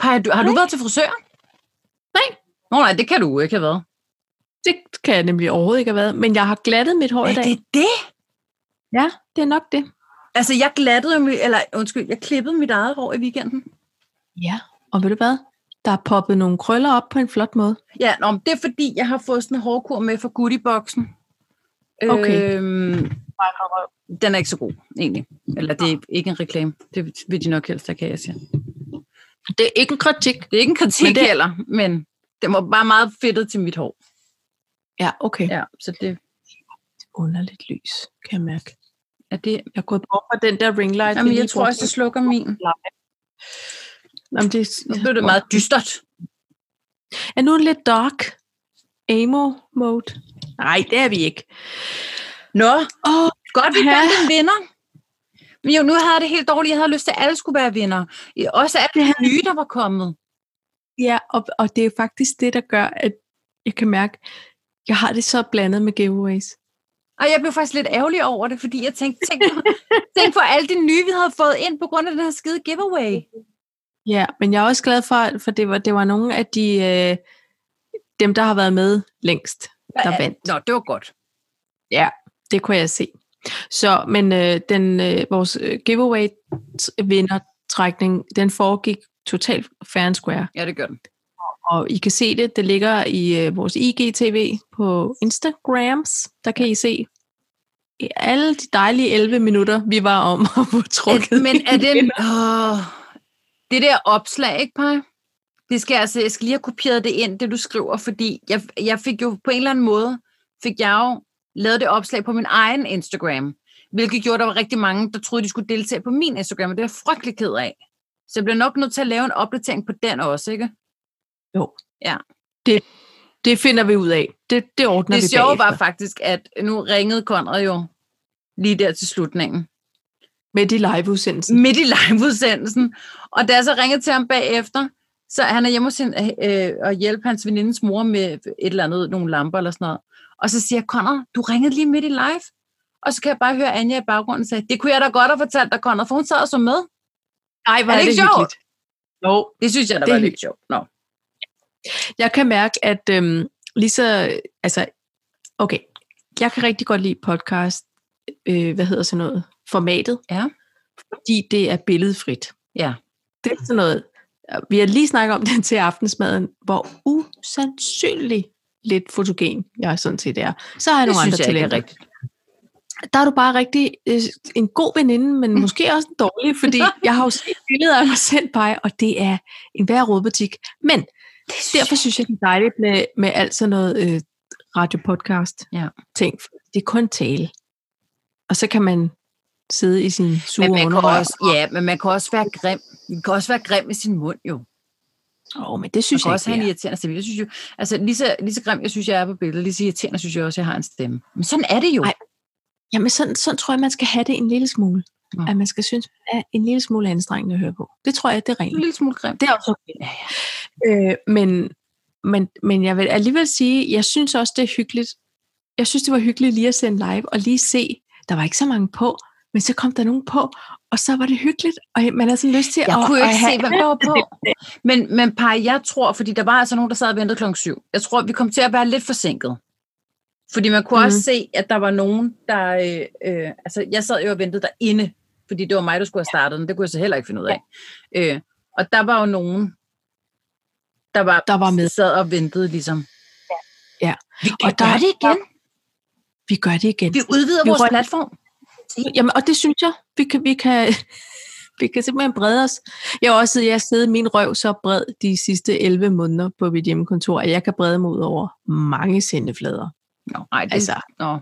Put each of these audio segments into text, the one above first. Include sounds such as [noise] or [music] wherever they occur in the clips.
har du, har du været til frisøren? Nej. Nå nej, det kan du jo ikke have været. Det kan jeg nemlig overhovedet ikke have været. Men jeg har glattet mit hår i Er dag. det det? Ja, det er nok det. Altså, jeg glattede, jo mi- eller undskyld, jeg klippede mit eget hår i weekenden. Ja, og ved du hvad? Der er poppet nogle krøller op på en flot måde. Ja, nå, men det er fordi, jeg har fået sådan en hårkur med fra Goodieboksen. Okay. Øhm, den er ikke så god, egentlig. Eller det er ikke en reklame. Det vil de nok helst ikke have, jeg siger. Det er ikke en kritik. Det er ikke en kritik Men men det- det... heller, men det var bare meget fedtet til mit hår. Ja, okay. Ja. Ja, så det Underligt lys, kan jeg mærke. er det. Jeg er gået bort fra den der ringlight. Jamen, jeg tror også, jeg slukker min. Jamen, det, Nu blev det meget dystert. Er nu lidt dark emo mode? Nej, det er vi ikke. Nå, Åh, godt vi Ja. fandt en vinder. Men jo, nu havde jeg det helt dårligt. Jeg havde lyst til, at alle skulle være vinder. Også alle de nye, der var kommet. ja, og, og det er faktisk det, der gør, at jeg kan mærke, jeg har det så blandet med giveaways. Og jeg blev faktisk lidt ærgerlig over det, fordi jeg tænkte, tænk, tænk for alle de nye, vi havde fået ind på grund af den her skide giveaway. Ja, men jeg er også glad for, for det var, det var nogle af de, øh, dem, der har været med længst, der vandt. Nå, det var godt. Det kunne jeg se. Så, men øh, den, øh, vores giveaway vindertrækning, den foregik totalt fair and square. Ja, det gør den. Og I kan se det, det ligger i øh, vores IGTV på Instagrams. Der kan I se i alle de dejlige 11 minutter, vi var om at få trukket. Men [laughs] er det... Åh, det der opslag, ikke, Paj? Det skal jeg altså, jeg skal lige have kopieret det ind, det du skriver, fordi jeg, jeg fik jo på en eller anden måde, fik jeg jo lavet det opslag på min egen Instagram, hvilket gjorde, at der var rigtig mange, der troede, de skulle deltage på min Instagram, og det er jeg frygtelig ked af. Så jeg bliver nok nødt til at lave en opdatering på den også, ikke? Det finder vi ud af. Det, det ordner det vi sjove bagefter. var faktisk, at nu ringede Konrad jo lige der til slutningen. Med de liveudsendelser. Midt i liveudsendelsen. Og da jeg så ringede til ham bagefter, så han er hjemme hos sin, øh, og hjælpe hans venindes mor med et eller andet, nogle lamper eller sådan noget. Og så siger jeg, Konrad, du ringede lige midt i live. Og så kan jeg bare høre Anja i baggrunden sige, det kunne jeg da godt have fortalt dig, Konrad, for hun sad og så med. Ej, hvor er det ikke sjovt? hyggeligt. Jo, Det synes jeg, der Det var er lidt sjovt. Nå. Jeg kan mærke, at øhm, lige så, altså, okay, jeg kan rigtig godt lide podcast, øh, hvad hedder sådan noget, formatet. Ja. Fordi det er billedfrit. Ja. Det er sådan noget, vi har lige snakket om [laughs] den til aftensmaden, hvor usandsynlig lidt fotogen jeg sådan set er. Så har jeg Det nogle andre synes jeg ikke er talenter. rigtigt. Der er du bare rigtig øh, en god veninde, Mm. men måske også en dårlig, [laughs] fordi jeg har jo set billeder af mig selv bare, og det er en værre rådbutik. Men Det Derfor synes jeg, det er dejligt med, med alt sådan noget øh, radiopodcast. Ja. Ting. Det er kun tale. Og så kan man sidde i sin sure men man kan underrøv. også, ja, men man kan også være grim. Man kan også være grim med sin mund, jo. Åh, men det Man synes kan jeg også ikke, have en det er. irriterende stemme. Jeg synes jo, altså lige så, lige så grim, jeg synes, jeg er på billedet, lige så irriterende synes jeg også, jeg har en stemme. Men sådan er det jo. Ej. Jamen, sådan, sådan tror jeg, man skal have det en lille smule. Nå. At man skal synes, man er en lille smule anstrengende at høre på. Det tror jeg, det er En rent. lille smule grim. Det er også okay. Ja, ja. Øh, men, men, men jeg vil alligevel sige, jeg synes også, det er hyggeligt. Jeg synes, det var hyggeligt lige at sende live og lige se. Der var ikke så mange på, men så kom der nogen på, og så var det hyggeligt. Og man har sådan lyst til Jeg at, kunne jo at ikke se, have- hvad der [laughs] var på. Men, men par, jeg tror, fordi der var altså nogen, der sad og ventede klokken syv. Jeg tror, vi kom til at være lidt forsinket. Fordi man kunne Mhm. mm. også se, at der var nogen, der... Øh, øh, altså, jeg sad jo og ventede derinde, fordi det var mig, der skulle have startet den. Det kunne jeg så heller ikke finde ud af. Øh, og der var jo nogen, der var, Der var med. sad og ventede ligesom. Ja. Vi kan Og der- gøre det igen. Vi gør det igen. Vi udvider Vi vores rører- platform. Jamen, og det synes jeg, vi kan, vi kan, vi kan simpelthen brede os. Jeg har også jeg har siddet min røv så bred de sidste 11 måneder på mit hjemmekontor, at jeg kan brede mig ud over mange sendeflader. Nå, nej, det, Altså, altså, nå.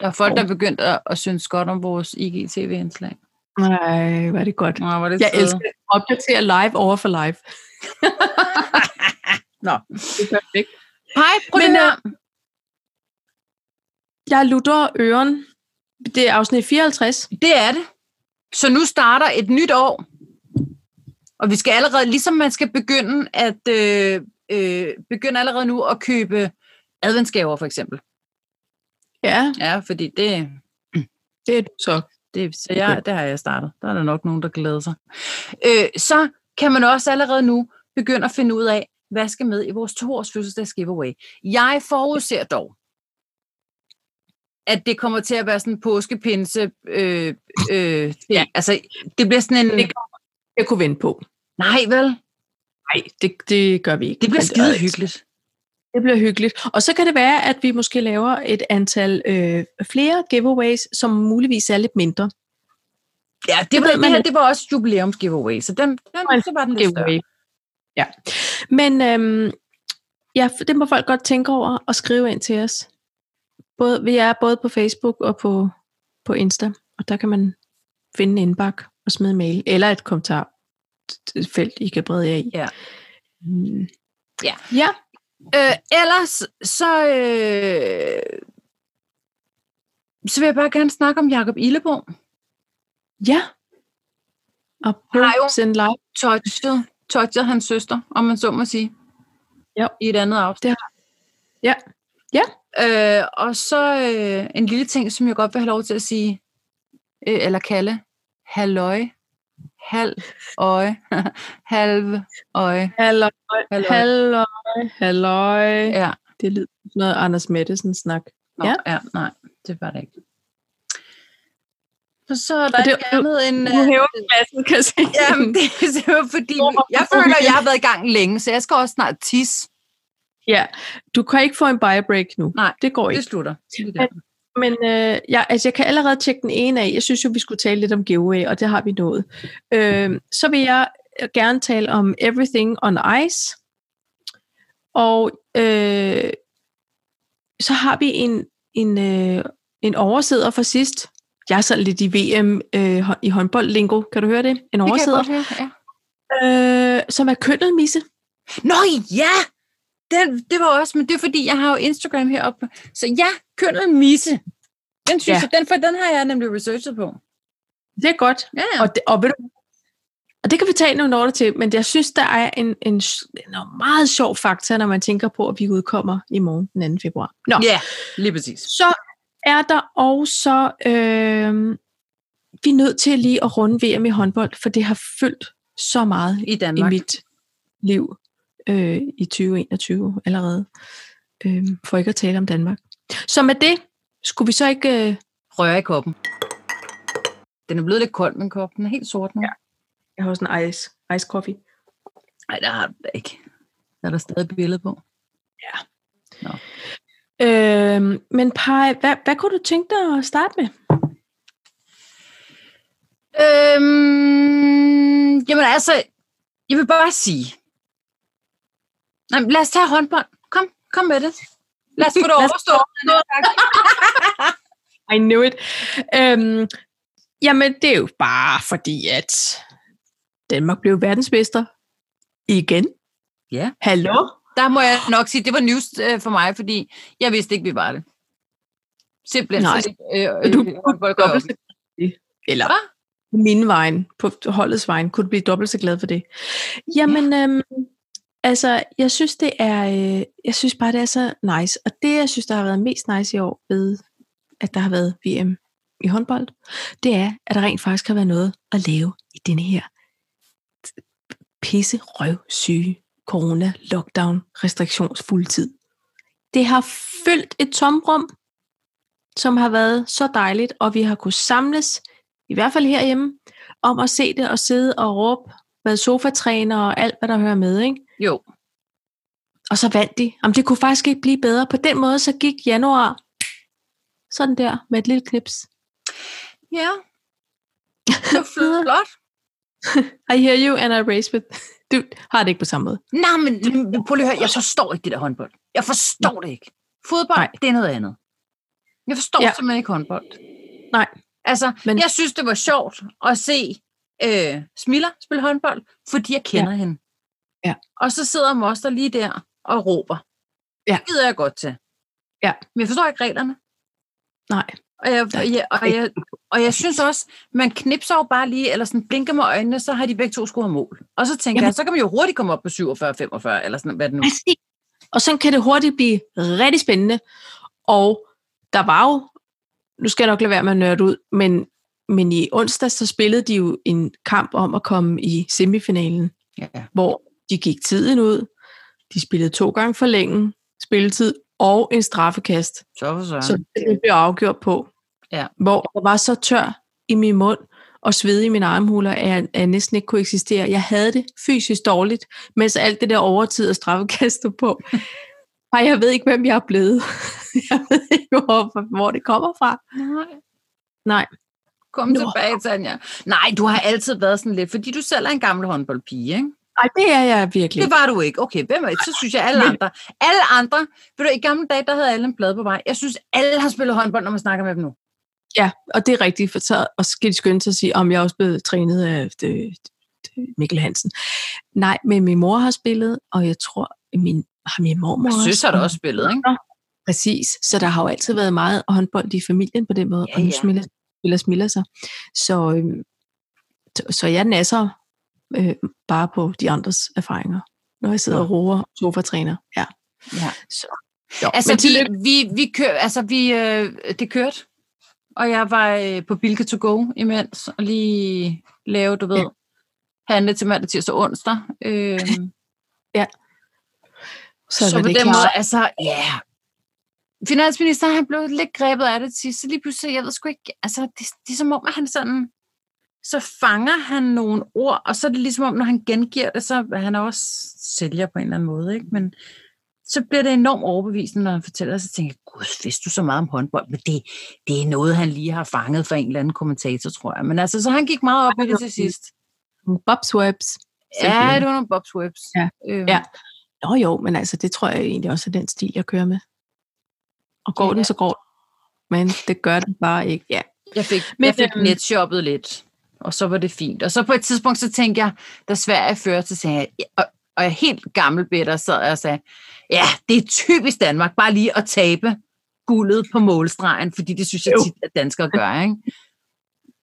Der er folk, Nå. der er begyndt at, at synes godt om vores IGTV-indslag. nej, var det godt. Nå, var det Jeg søde. elsker at opdatere live over for live. [laughs] Nå. Det er perfekt. Hej, prøv Men, Men, øh, Jeg lutter øren. Det er afsnit 54. øh, det er det. Så nu starter et nyt år. Og vi skal allerede, ligesom man skal begynde at øh, øh, begynde allerede nu at købe adventsgaver, for eksempel. Ja, Ja, fordi det, det er du så. det, så jeg, det har jeg startet. Der er der nok nogen, der glæder sig. Øh, så kan man også allerede nu begynde at finde ud af, hvad skal med i vores toårs fødselsdags giveaway. Jeg forudser dog, at det kommer til at være sådan en påskepinse. Øh, øh, ja. Altså, det bliver sådan en... Det Jeg kunne vente på. Nej, vel? Nej, det, det gør vi ikke. Det bliver Men, øh, skide hyggeligt. Det bliver hyggeligt. Og så kan det være, at vi måske laver et antal øh, flere giveaways, som muligvis er lidt mindre. Ja, det, det, var, ved det man her ikke. det var også jubilæums giveaway, så den, den så var den lidt større. Giveaway. Ja. Men øhm, ja, for det må folk godt tænke over og skrive ind til os. Både, vi er både på Facebook og på, på Insta, og der kan man finde en indbak og smide en mail, eller et kommentarfelt, I kan brede jer i. Ja. Mm. Ja. ja. Øh, ellers, så, øh, så vil jeg bare gerne snakke om Jakob Illeborg. Ja. Og Har jo- send live. Touchet, touchet hans søster, om man så må sige. Ja. I et andet afsnit. Det Ja. Ja. Øh, og så øh, en lille ting, som jeg godt vil have lov til at sige, øh, eller kalde, halløj, halv øje, [laughs] halv øje. Halløj, Halløj. halløj, halløj. Ja, Det lyder som noget Anders Mettesen snak. Nå, ja. Ja. ja, nej, det var det ikke. Og så er der Og det- ikke andet end... Nu øh, hæver klassen, kan jeg se. Jamen, det er simpelthen fordi, Hvorfor? jeg føler, jeg har været i gang længe, så jeg skal også snart tisse. Ja, du kan ikke få en buy-break nu. Nej, det går ikke. Det slutter. Men øh, jeg, altså, jeg kan allerede tjekke den ene af. Jeg synes jo, vi skulle tale lidt om giveaway, og det har vi nået. Øh, så vil jeg øh, gerne tale om Everything on Ice. Og øh, så har vi en, en, øh, en oversidder for sidst. Jeg er sådan lidt i VM øh, hå- i håndbold-lingo. Kan du høre det? En Det kan jeg oversidder, godt høre, ja. øh, som er køndelmisse. Nå ja! Den, det var også, men det er fordi, jeg har jo Instagram heroppe. Så ja, kønnet misse. Den synes Ja. jeg, den, for den har jeg nemlig researchet på. Det er godt. Ja, ja. Og det, og, ved du, og det kan vi tage nogle år til, men jeg synes, der er en, en, s- en meget sjov fakta, når man tænker på, at vi udkommer i morgen den 2. februar. Nå, ja lige præcis. så er der også, øh, vi er nødt til lige at runde VM i håndbold, for det har fyldt så meget I i Danmark. mit liv øh, i 2021 allerede, øh, for ikke at tale om Danmark. Så med det, skulle vi så ikke... Øh, Rører i koppen. Den er blevet lidt kold, men koppen Den er helt sort nu. Ja. jeg har sådan en ice, ice coffee. Nej, der har den da ikke. Der er der stadig billede på. Øhm, men Paj, hvad, hvad kunne du tænke dig at starte med? Øhm, jamen altså, jeg vil bare sige. Nej, men lad os tage håndbold. Kom, kom med det. Lad os få det Lad os overstået. I knew it. Øhm, jamen, det er jo bare fordi, at Danmark blev verdensmester igen. Ja. Hallo? Der må jeg nok sige, det var news øh, for mig, fordi jeg vidste ikke, vi var det. Simpelthen. Nej. Så, øh, Og øh, du- håndbold går jeg op i. Eller Hvad? på min vejen, på holdets vejen, kunne du blive dobbelt så glad for det. Jamen, øhm, altså, jeg synes, det er, øh, jeg synes bare, det er så nice. Og det, jeg synes, der har været mest nice i år ved, at der har været VM i håndbold, det er, at der rent faktisk har været noget at lave i denne her pisse røv syge corona lockdown restriktionsfuld tid. Det har fyldt et tomrum, som har været så dejligt, og vi har kunnet samles, i hvert fald herhjemme, om at se det og sidde og råbe, været sofatræner og alt, hvad der hører med. Ikke? Jo, Og så vandt de. Jamen, det kunne faktisk ikke blive bedre. På den måde, så gik januar sådan der, med et lille knips. ja. Det var flot. I hear you, and I race with. [laughs] Du har det ikke på samme måde. Nej, men men prøv lige at høre, jeg forstår ikke det der håndbold. Jeg forstår det ikke. Fodbold, Nej. Nej. det er noget andet. Jeg forstår ja. Ja. simpelthen ikke håndbold. Nej. Altså, men... Men- jeg synes, det var sjovt at se øh, Smiller spille håndbold, fordi jeg kender ja. hende. Ja. Og så sidder Moster lige der og råber. Ja. Det gider jeg godt til. Ja. Men jeg forstår ikke reglerne. Nej. Og jeg, og, jeg, og, jeg, og jeg synes også, man knipser jo bare lige, eller sådan blinker med øjnene, så har de begge to scoret mål. Og så tænker Jamen. Jamen- jeg, så kan man jo hurtigt komme op på 47-45, eller sådan, hvad det nu Præcis. Og sådan kan det hurtigt blive rigtig spændende. Og der var jo, nu skal jeg nok lade være med at nørde ud, men, men i onsdag så spillede de jo en kamp om at komme i semifinalen Ja. hvor de gik tiden ud, de spillede to gange for længe, spilletid og en straffekast, Så for søren. ja. som det blev afgjort på. Ja. Hvor jeg var så tør i min mund og sved i mine armhuler, at jeg, at jeg næsten ikke kunne eksistere. Jeg havde det fysisk dårligt, mens alt det der overtid og straffekast stod [laughs] på. Ej, jeg ved ikke, hvem jeg er blevet. [laughs] Jeg ved ikke, hvor, hvor det kommer fra. Nej. Nej. Kom Nå. tilbage, Tanja. Nej, du har altid været sådan lidt, fordi du selv er en gammel håndboldpige, ikke? Nej, det er jeg virkelig. Det var du ikke. Okay, hvem er det? Så synes jeg alle Men- andre. Alle andre. Ved du, i gamle dage, der havde alle en blad på mig. Jeg synes, alle har spillet håndbold, når man snakker med dem nu. Ja, og det er rigtigt, for så og så skal de skynde sig at sige, om jeg er også blevet trænet af øh, det, det, Mikkel Hansen. Nej, men min mor har spillet, og jeg tror, at min, har min mormor Jeg synes, har da spillet. også spillet, ikke? Præcis, så der har jo altid været meget håndbold i familien på den måde, Ja, ja, og nu ja. smiler, spiller smiler sig. Så, øhm, så- så jeg nasser øh, bare på de andres erfaringer, når jeg sidder og roer sofa-træner. Ja. Ja. Så, jo, Altså, men vi, tillykke. vi, vi kør, altså, vi, øh, det kørte. Og jeg var øh, på Bilka to go imens, og lige lave, du ved, Ja. ja. handle til mandag, tirsdag og onsdag. Øh, så, så var på det den klart. måde, altså, ja. Yeah. Finansminister, han blev lidt grebet af det til, så lige pludselig, jeg ved sgu ikke, altså, det, det er som om, at han sådan, så fanger han nogle ord, og så er det ligesom om, når han gengiver det, så han er også sælger på en eller anden måde, ikke? Men så bliver det enormt overbevisende, når han fortæller, og så tænker jeg, gud, vidste du så meget om håndbold? Men det, det er noget, han lige har fanget fra en eller anden kommentator, tror jeg. Men altså, så han gik meget op i det til sidst. Bobswabs. Ja, det var nogle bobswebs. Ja. Øhm, Ja. Nå jo, men altså, det tror jeg egentlig også er den stil, jeg kører med. Og går Ja. ja. den, så går den. Men det gør den bare ikke. Ja. Jeg fik, Men, jeg fik øhm, netshoppet lidt, og så var det fint. Og så på et tidspunkt, så tænkte jeg, da Sverige fører, så sagde jeg, ja, og, og jeg er helt gammel bitter, sad jeg og sagde, ja, det er typisk Danmark, bare lige at tabe guldet på målstregen, fordi det synes jeg Jo. tit, at danskere gør, ikke?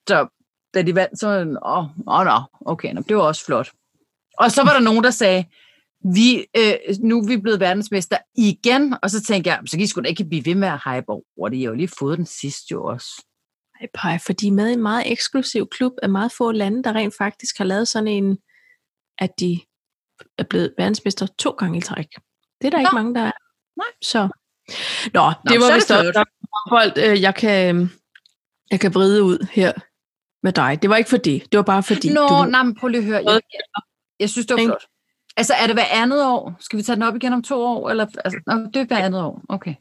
Så da de vandt, så var jeg sådan, åh, åh, nå, okay, nå, det var også flot. Og så var der nogen, der sagde, vi, øh, nu er vi blevet verdensmester igen, og så tænkte jeg, så kan I sgu da ikke blive ved med at hype over det, jeg har jo lige fået den sidste jo også. Ej, pej, for de er med i en meget eksklusiv klub af meget få lande, der rent faktisk har lavet sådan en, at de er blevet verdensmester to gange i træk. Det er der Nå. ikke mange, der er. Nej. Så. Nå, Nå det så er var det vist også flot. der håndbold, øh, jeg kan, jeg kan bride ud her med dig. Det var ikke for det. Det var bare fordi, Nå, du nej, men prøv lige at høre. Jeg, jeg synes, det var Ikke? flot. Altså, er det hver andet år? Skal vi tage den op igen om to år? Eller, altså, nå, det er hver andet år. Okay,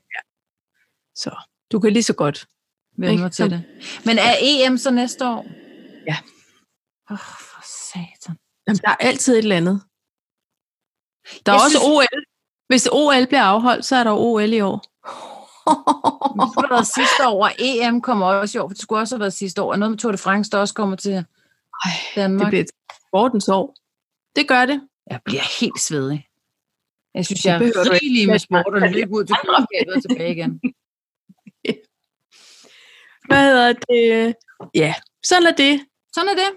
du kan lige så godt. vend Ikke? mig til det. Men er EM så næste år? Ja. Åh, oh, for satan. Jamen, der er altid et eller andet. Der er Jeg jeg også synes- synes... OL. Hvis OL bliver afholdt, så er der OL i år. [laughs] Det skulle have været sidste år, og EM kommer også i år, for det skulle også have været sidste år. Og noget med Tour de France, der også kommer til Ej, det Danmark. bliver et sportens år. Det gør det. Jeg bliver helt svedig. Jeg synes, Det jeg er behøver du ikke. rigelig med sport og løb ud til køleskabet og tilbage igen. Hvad hedder det? Ja, sådan er det. Sådan er det.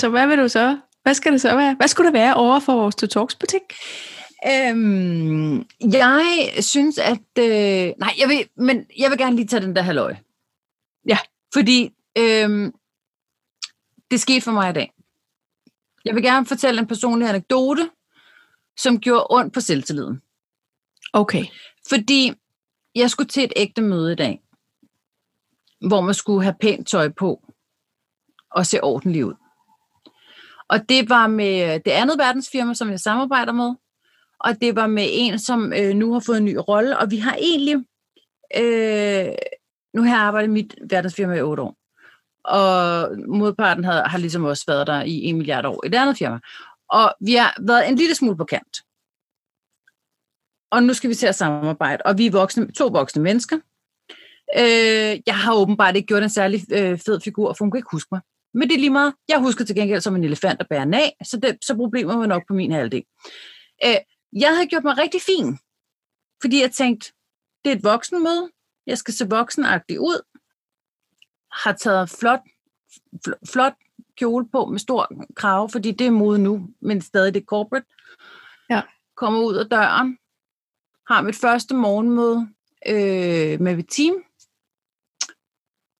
Så hvad vil du så? Hvad skal det så være? Hvad skulle der være over for vores To Talks butik? Øhm, jeg synes, at... Øh, nej, jeg vil, men jeg vil gerne lige tage den der halvøj. Ja. Fordi øhm, det skete for mig i dag. Jeg vil gerne fortælle en personlig anekdote, som gjorde ondt på selvtilliden. Okay. Fordi jeg skulle til et ægte møde i dag, hvor man skulle have pænt tøj på og se ordentligt ud. Og det var med det andet verdensfirma, som jeg samarbejder med, og det var med en, som øh, nu har fået en ny rolle, og vi har egentlig, øh, nu har jeg arbejdet i mit verdensfirma i otte år, og modparten havde, har ligesom også været der i en milliard år i det andet firma. Og vi har været en lille smule på kant og nu skal vi til at samarbejde. Og vi er voksne, to voksne mennesker. Øh, jeg har åbenbart ikke gjort en særlig øh, fed figur, for hun kan ikke huske mig. Men det er lige meget. Jeg husker til gengæld som en elefant at bære den af, så, det, så problemer var nok på min halvdel. Øh, jeg havde gjort mig rigtig fin, fordi jeg tænkte, det er et voksenmøde, jeg skal se voksenagtig ud, har taget flot, fl- flot kjole på med stor krave, fordi det er mode nu, men stadig det er corporate. Ja. Kommer ud af døren, har mit første morgenmøde øh, med mit team.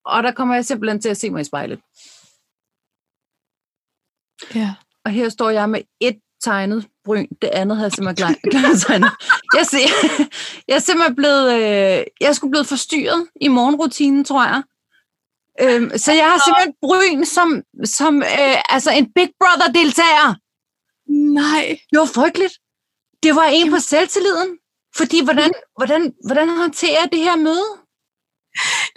Og der kommer jeg simpelthen til at se mig i spejlet. Ja. Og her står jeg med et tegnet bryn, det andet har jeg simpelthen [laughs] glemt tegnet. Jeg, ser, jeg er simpelthen blevet, øh, jeg er sgu blevet forstyrret i morgenrutinen, tror jeg. Øhm, så jeg har simpelthen bryn som, som øh, altså en Big Brother-deltager. Nej. Det var frygteligt. Det var en på selvtilliden. Fordi hvordan, hvordan, hvordan håndterer jeg det her møde?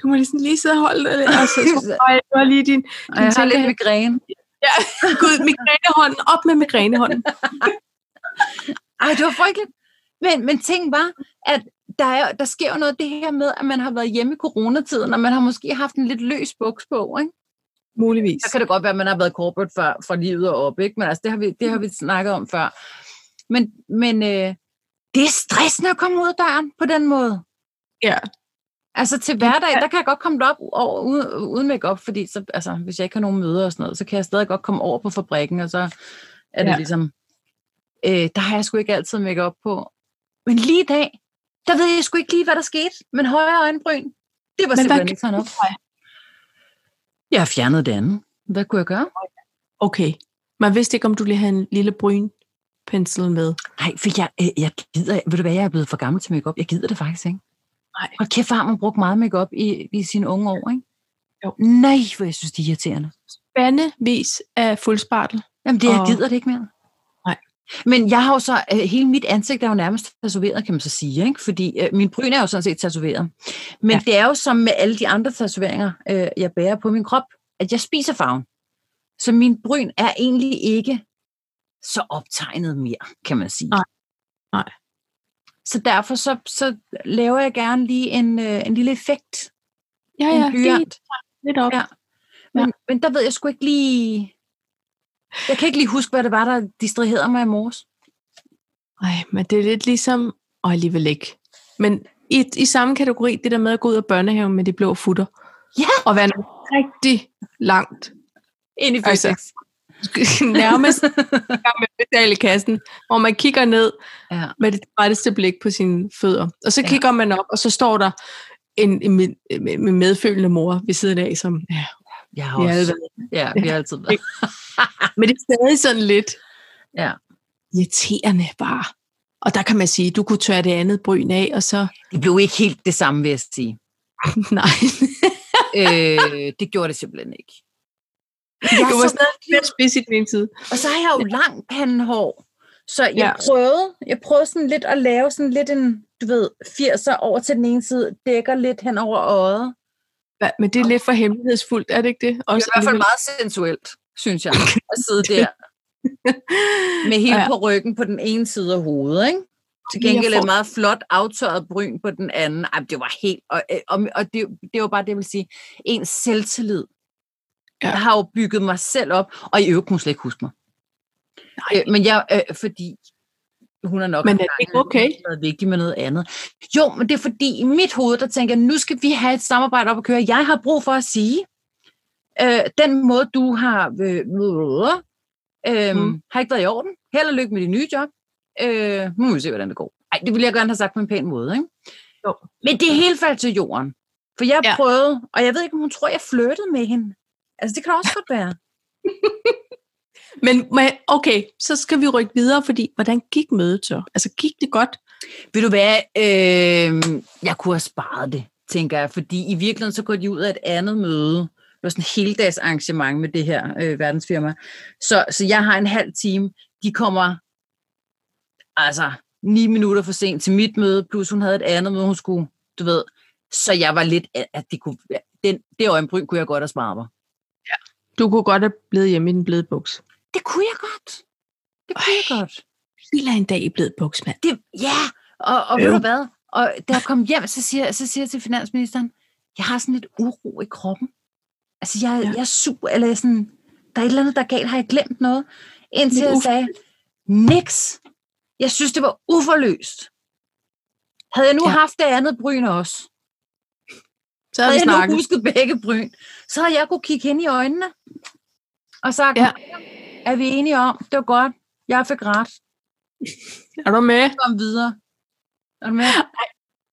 Du må lige, sådan lige sidde og holde dig lidt. Altså, Og så, så, Øj, det var lige din, Og jeg har tænker lidt jeg- migræne. gud, migrænehånden. Op med migrænehånden. Ej, det var frygteligt. Men, men ting var, at der, er, der sker jo noget af det her med, at man har været hjemme i coronatiden, og man har måske haft en lidt løs buks på, ikke? Muligvis. Så kan det godt være, at man har været corporate for, for livet og op, ikke? Men altså, det har vi, det har vi snakket om før. Men, men øh, det er stressende at komme ud af døren på den måde. Ja. Altså til hverdag, der kan jeg godt komme op over, uden, uden make op, fordi så, altså, hvis jeg ikke har nogen møder og sådan noget, så kan jeg stadig godt komme over på fabrikken, og så er det ja. Ja. ligesom, øh, der har jeg sgu ikke altid make op på. Men lige i dag, der ved jeg sgu ikke lige, hvad der skete, men højre øjenbryn, det var hvad simpelthen kan- ikke sådan op. Jeg har fjernet det andet. Hvad kunne jeg gøre? Okay. Man vidste ikke, om du lige havde en lille bryn pensel med. Nej, for jeg, øh, jeg gider, ved du hvad, jeg er blevet for gammel til makeup. Jeg gider det faktisk ikke. Nej. Og kæft, hvor har man brugt meget makeup i, i sine unge år, ikke? Jo. Nej, hvor jeg synes, det er irriterende. Bandevis af fuldspartel. Jamen, det, jeg Og- gider det ikke mere. Nej. Men jeg har jo så, øh, hele mit ansigt er jo nærmest tatoveret, kan man så sige, ikke? Fordi øh, min bryn er jo sådan set tatoveret. Men ja. Ja. det er jo som med alle de andre tatoveringer, øh, jeg bærer på min krop, at jeg spiser farven. Så min bryn er egentlig ikke så optegnet mere, kan man sige. Nej. Nej. Så derfor så, så laver jeg gerne lige en, øh, en lille effekt. Ja, en ja. Lige blyant. lidt op. Ja. Men, ja. men der ved jeg sgu ikke lige... Jeg kan ikke lige huske, hvad det var, der distraherede mig i morges. Ej, men det er lidt ligesom, og alligevel ikke. Men i, i samme kategori, det der med at gå ud af børnehaven med de blå futter. Ja. Og være nået rigtig langt. Ind i Altså, Føtex. [laughs] Nærmest i gang med at betale kassen, hvor man kigger ned Ja. med det retteste blik på sine fødder. Og så Ja. kigger man op, og så står der en, en, med- med medfølende mor ved siden af, som ja, Jeg har vi har alle også, været. ja, [laughs] vi har altid været. Men det er stadig sådan lidt Ja. irriterende bare. Og der kan man sige, du kunne tørre det andet bryn af, og så Det blev ikke helt det samme, vil jeg sige. [laughs] nej. øh, det gjorde det simpelthen ikke. Jeg Du er var så- stadig lidt spids i din tid. Og så har jeg jo lang pandehår. Så jeg ja. Ja. prøvede, jeg prøvede sådan lidt at lave sådan lidt en, du ved, 80'er over til den ene side, dækker lidt hen over øjet. Hva- Men det er lidt for hemmelighedsfuldt, er det ikke det? Det Også er i hvert fald alligevel. meget sensuelt, synes jeg, at [laughs] sidde der med hele Ja. på ryggen på den ene side af hovedet, ikke? Til Jeg gengæld et får- meget flot aftørret bryn på den anden. Ej, men det var helt... Og, øh, og, og det, det var bare det, jeg vil sige. En selvtillid. Ja. Ja. Jeg har jo bygget mig selv op, og i øvrigt kunne hun slet ikke huske mig. Nej. Øh, men jeg... Øh, fordi hun er nok... Men er det ikke okay? været vigtig med noget andet. Jo, men det er fordi i mit hoved, der tænker jeg, nu skal vi have et samarbejde op at køre. Jeg har brug for at sige, øh, den måde, du har øh, øh, mm. Mm. har ikke været i orden. Held og lykke med dit nye job. Øh, nu må vi se, hvordan det går. Ej, det ville jeg gerne have sagt på en pæn måde, ikke? Jo. Men det er helt faldt til jorden. For jeg ja. Ja. prøvede, og jeg ved ikke, om hun tror, jeg flirtede med hende. Altså, det kan [laughs] også godt være. Men men okay, så skal vi rykke videre, fordi hvordan gik mødet så? Altså gik det godt? Vil du være, øh, jeg kunne have sparet det, tænker jeg, fordi i virkeligheden så går de ud af et andet møde. Det var sådan et heldags arrangement med det her øh, verdensfirma. Så, så jeg har en halv time. De kommer altså ni minutter for sent til mit møde, plus hun havde et andet møde, hun skulle, du ved. Så jeg var lidt, at- at det kunne, den, det øjenbryn kunne jeg godt have sparet mig. Du kunne godt have blevet hjemme i den bløde buks. Det kunne jeg godt. Det kunne jeg godt. Vil en dag i blød buks, mand. det, ja, og, og ved Øv. du hvad? Og da jeg kom hjem, så siger, så siger jeg til finansministeren, jeg har sådan lidt uro i kroppen. Altså, jeg, ja. Ja. jeg er sur, eller jeg er sådan, der er et eller andet, der er galt. Har jeg glemt noget? Indtil Lidt jeg sagde, niks. Jeg synes, det var uforløst. Havde jeg nu ja. Ja. haft det andet bryn også, Så havde havde vi jeg nu snakket. husket begge bryn, så havde jeg kunne kigge hende i øjnene og sagt, ja. Ja. er vi enige om, det var godt, jeg fik ret, Er du med? kom videre. Er du med?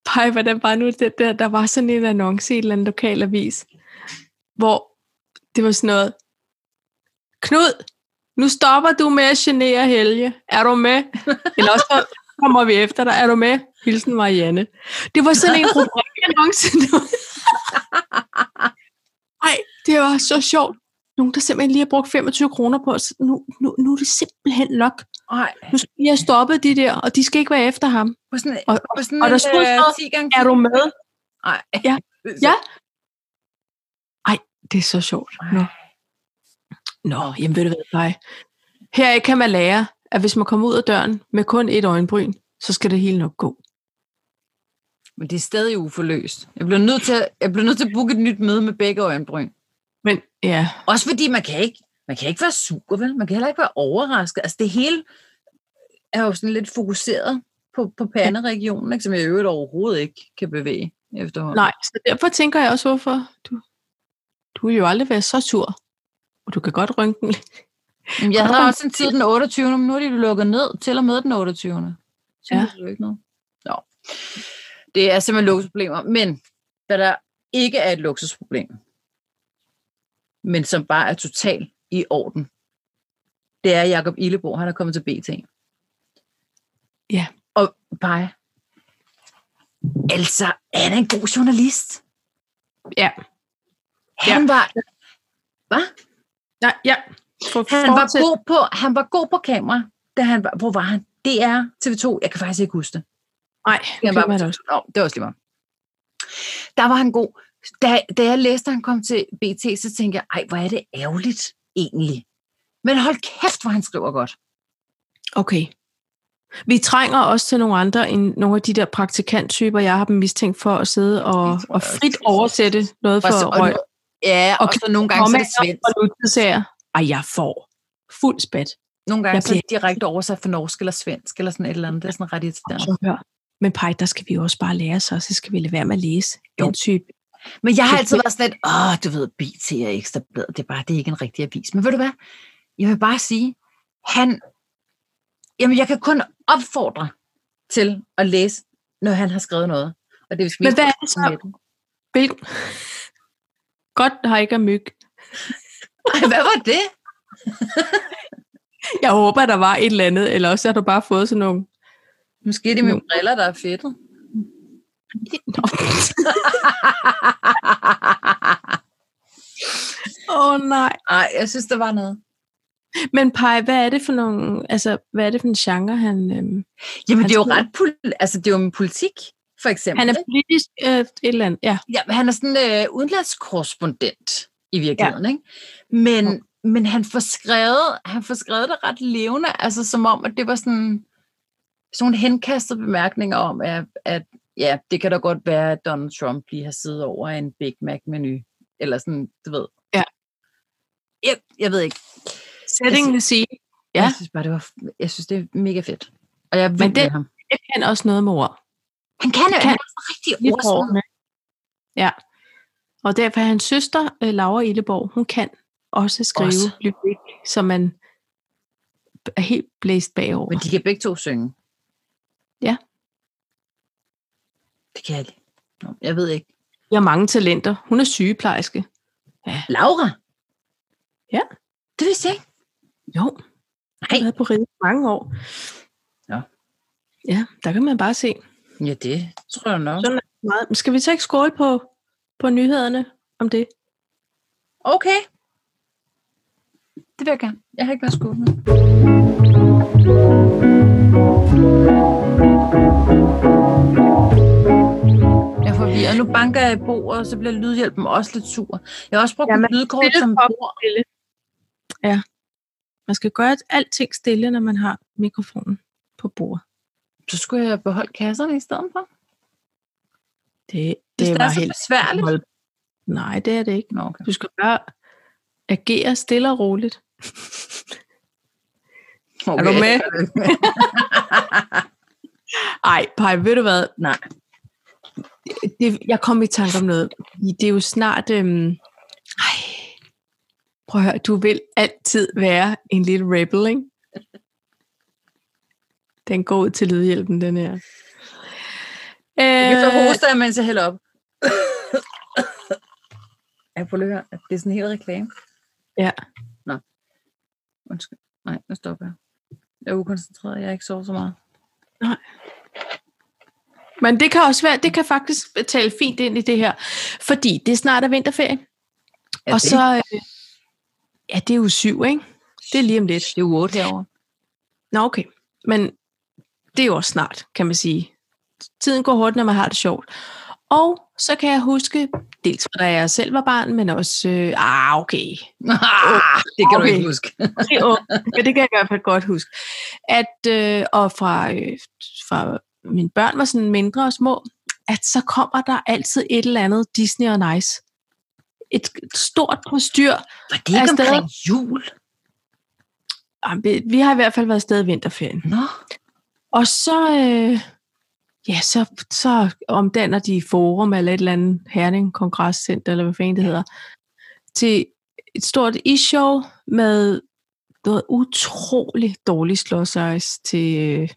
Pej, hvordan var nu det der? Der var sådan en annonce i en eller anden lokal avis, hvor det var sådan noget, Knud, nu stopper du med at genere Helge. Er du med? Eller også så kommer vi efter dig. Er du med? Hilsen Marianne. Det var sådan en rubrikannonce. [laughs] Nej, det var så sjovt. Nogen, der simpelthen lige har brugt 25 kroner på, så nu, nu, nu er det simpelthen nok. Ej, Nu skal jeg stoppe de der, og de skal ikke være efter ham. på sådan, Og- på sådan og en, der stod øh, så, 10 gange. Er du med? Ej. Ja. Ja. Det er så sjovt. Nå, Nå jamen ved du hvad, nej. Her kan man lære, at hvis man kommer ud af døren med kun et øjenbryn, så skal det hele nok gå. Men det er stadig uforløst. Jeg bliver nødt til at, jeg bliver nødt til at booke et nyt møde med begge øjenbryn. Men ja, Også fordi man kan ikke, man kan ikke være sur, vel? Man kan heller ikke være overrasket. Altså det hele er jo sådan lidt fokuseret på, på panderegionen, ikke? som jeg i øvrigt overhovedet ikke kan bevæge efterhånden. nej. Så derfor tænker jeg også, hvorfor du, du vil jo aldrig være så sur. Og du kan godt rynke den. lidt. Jamen, Jeg havde Kom. også en tid den 28., men nu er de jo lukket ned til og med den 28. Så Ja. ja. det jo ikke noget. Nå. Det er simpelthen luksusproblemer, men hvad der ikke er et luksusproblem, men som bare er totalt i orden, det er Jakob Illebo, han er kommet til BT. Ja. Og bare, altså, er han en god journalist? Ja. Han ja. var Nej, ja. For, han var, god på, han var god på kamera, da han var, hvor var han? Det er TV2, jeg kan faktisk ikke huske det. Nej, Jeg det var, var det også. Nå, det var også lige meget. Der var han god. Da, da jeg læste, at han kom til BT, så tænkte jeg, ej, hvor er det ærgerligt egentlig. Men hold kæft, hvor han skriver godt. Okay. Vi trænger også til nogle andre end nogle af de der praktikanttyper, jeg har dem mistænkt for at sidde og, Det tror og jeg frit også. oversætte noget Og så- for og røg. nu- Ja, og Og så nogle gange så er det svensk. Og nutidssager. Ej, jeg får fuld spat. Nogle gange Jeg så er det direkte oversat fra norsk eller svensk, eller sådan et eller andet. Det er sådan ret irriterende. Så hør. Men pej, der skal vi jo også bare lære sig, så skal vi lade være med at læse Jo. den type. Men jeg har Det- altid været sådan lidt, åh, du ved, BT er ekstra blad, det er bare, det er ikke en rigtig avis. Men ved du hvad? Jeg vil bare sige, han, jamen jeg kan kun opfordre til at læse, når han har skrevet noget. Og det er vist Men mest hvad er det så? Nettet. Hvilken... Godt, der ikke er myg. Ej, hvad var det? Jeg håber, der var et eller andet, eller også har du bare fået sådan nogle... Måske er det mine briller, der er fedtet. [laughs] Nå. Åh oh, nej. Nej, jeg synes, der var noget. Men Pej, hvad er det for nogle, altså, hvad er det for en genre, han... Øhm, Jamen, Han det er jo skriver- ret pol- altså, det er jo en politik, for eksempel. han er politisk øh, et eller andet, ja. Ja, men han er sådan øh, udenlandskorrespondent i virkeligheden, ja. ikke? Men, Jo. men han, får skrevet, han får skrevet det ret levende, altså som om, at det var sådan, sådan nogle henkastede bemærkninger om, at, at ja, det kan da godt være, at Donald Trump lige har siddet over en Big Mac-menu, eller sådan, du ved. Ja. Jeg, jeg ved ikke. Settingen vil sige, Ja. Jeg synes bare, det var, jeg synes, det er mega fedt. Og jeg Men vil det- med ham. det kan også noget med ord. Han kan jo, kan han er sådan rigtig ordsmed. Ordene. Ja. Og derfor er hans søster, øh, Laura Illeborg, hun kan også skrive Også. lyrik, så man er helt blæst bagover. Men de kan begge to synge. Ja. Det kan jeg ikke. Nå, Jeg ved ikke. De har mange talenter. Hun er sygeplejerske. Laura? Ja. Det vidste jeg ikke. Jo, hun Nej. har været på ride mange år. Nå. Ja, der kan man bare se. Ja, det tror jeg nok. Sådan er det meget. Men Skal vi så ikke skåle på, på nyhederne om det? Okay. Det vil jeg gerne. Jeg har ikke været skuffet. Jeg er forvirret. Nu banker jeg i bordet, og så bliver lydhjælpen også lidt sur. Jeg har også brugt Jamen, Jamen, lydkort stille som op. bord. Ja. Man skal gøre alting stille, når man har mikrofonen på bordet. Så skulle jeg beholde kasserne i stedet for. Det, Hvis det, det er så helt besværligt. Hold- Nej, det er det ikke. Nå, okay. Du skal bare agere stille og roligt. okay. du [laughs] med? Ej, Paj, ved du hvad? Nej. Det, jeg kom i tanke om noget. Det er jo snart... Øhm, ej, prøv at høre, du vil altid være en lille rebel, ikke? Den går ud til lydhjælpen, den her. Jeg kan så Øh, hoste dig, mens jeg hælder op. jeg prøver at høre. Det er sådan en helt reklame. Ja. Nå. Undskyld. Nej, nu stopper jeg. Jeg er ukoncentreret, jeg har ikke sovet så meget. Men det kan også være, det kan faktisk tale fint ind i det her, fordi det snart er vinterferie. Er og det? så, øh, ja, det er jo syv, ikke? Det er lige om lidt. Det er jo 8 herovre. Nå, okay. Men det er jo også snart, kan man sige. Tiden går hurtigt, når man har det sjovt. Og så kan jeg huske, dels da jeg selv var barn, men også, øh, ah, okay, Ah, det kan okay. du Okay. ikke huske. Måske ung, [laughs] men det kan jeg i hvert fald godt huske. At, øh, og fra, øh, fra mine børn var sådan mindre og små, at så kommer der altid et eller andet Disney og Nice. Et stort postyr. Var det ikke Er stadig- omkring jul? Ej, Vi, vi har i hvert fald været afsted i vinterferien. Nå, Og så, øh, ja, så, så omdanner de forum eller et eller andet Herning Kongresscenter, eller hvad fanden det hedder, til et stort e-show med noget utrolig dårligt slåsøjs til, øh,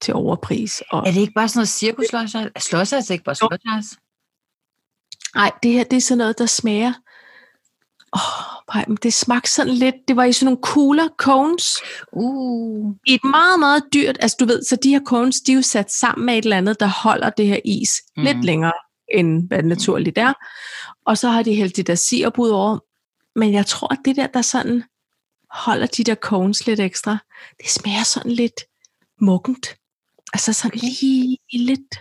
til overpris. Og, er det ikke bare sådan noget cirkusløjsejs? Er slåsejs ikke bare slåsejs? nej, det her det er sådan noget, der smager. Åh, oh, men det smagte sådan lidt. Det var i sådan nogle cooler cones. Uh, i et meget, meget dyrt, altså du ved, så de her cones, de er jo sat sammen med et eller andet, der holder det her is Mhm. mm. lidt længere, end hvad det naturligt er. Og så har de hældt det der sirup ud over. Men jeg tror, at det der, der sådan holder de der cones lidt ekstra, det smager sådan lidt muggent. Altså sådan lige lidt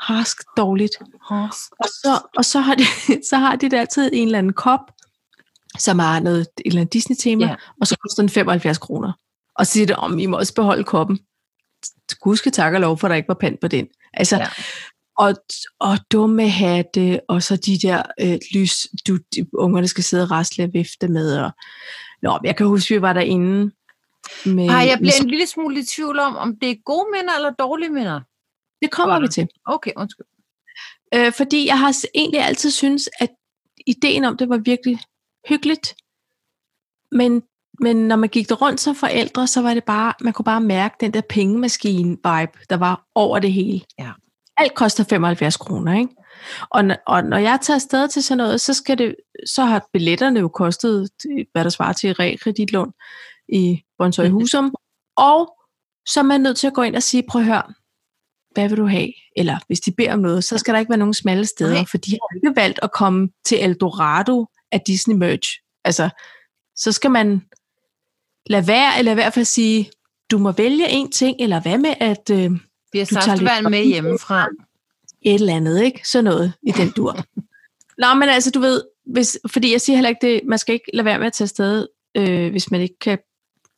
harsk dårligt. hos. Og så, og så, har, de, [laughs] så har de det altid i en eller anden kop, som har noget, et eller andet Disney-tema, Ja. ja. og så koster den 75 kroner. Og så siger det om, I må også beholde koppen. Gud skal takke og lov, for at der ikke var pant på den. Altså, Ja. ja. og, og dumme hatte, og så de der øh, lys, du, de, ungerne skal sidde og rasle og vifte med. Og, nå, men jeg kan huske, vi var derinde. Med, Ej, jeg med, bliver en lille smule i tvivl om, om det er gode minder eller dårlige minder. det kommer vi til. Okay, undskyld. Øh, fordi jeg har s- egentlig altid synes at ideen om det var virkelig hyggeligt. Men, men når man gik det rundt som forældre, så var det bare, man kunne bare mærke den der pengemaskine-vibe, der var over det hele. Ja. Alt koster 75 kroner, ikke? Og, n- og når jeg tager afsted til sådan noget, så, skal det, så har billetterne jo kostet, øh, hvad der svarer til et realkreditlån i Brøndshøj Husum. Og så er man nødt til at gå ind og sige, prøv at høre, hvad vil du have? Eller hvis de beder om noget, så skal der ikke være nogen smalle steder, Nej. Nej. for de har ikke valgt at komme til Eldorado af Disney Merch. Altså, så skal man lade være, eller i hvert fald sige, du må vælge en ting, eller hvad med at Vi øh, har Du tager lidt saftevand med op. hjemmefra. et eller andet, ikke? Sådan noget i den dur. Nå, men altså, du ved, hvis, fordi jeg siger heller ikke det, man skal ikke lade være med at tage afsted, øh, hvis man ikke kan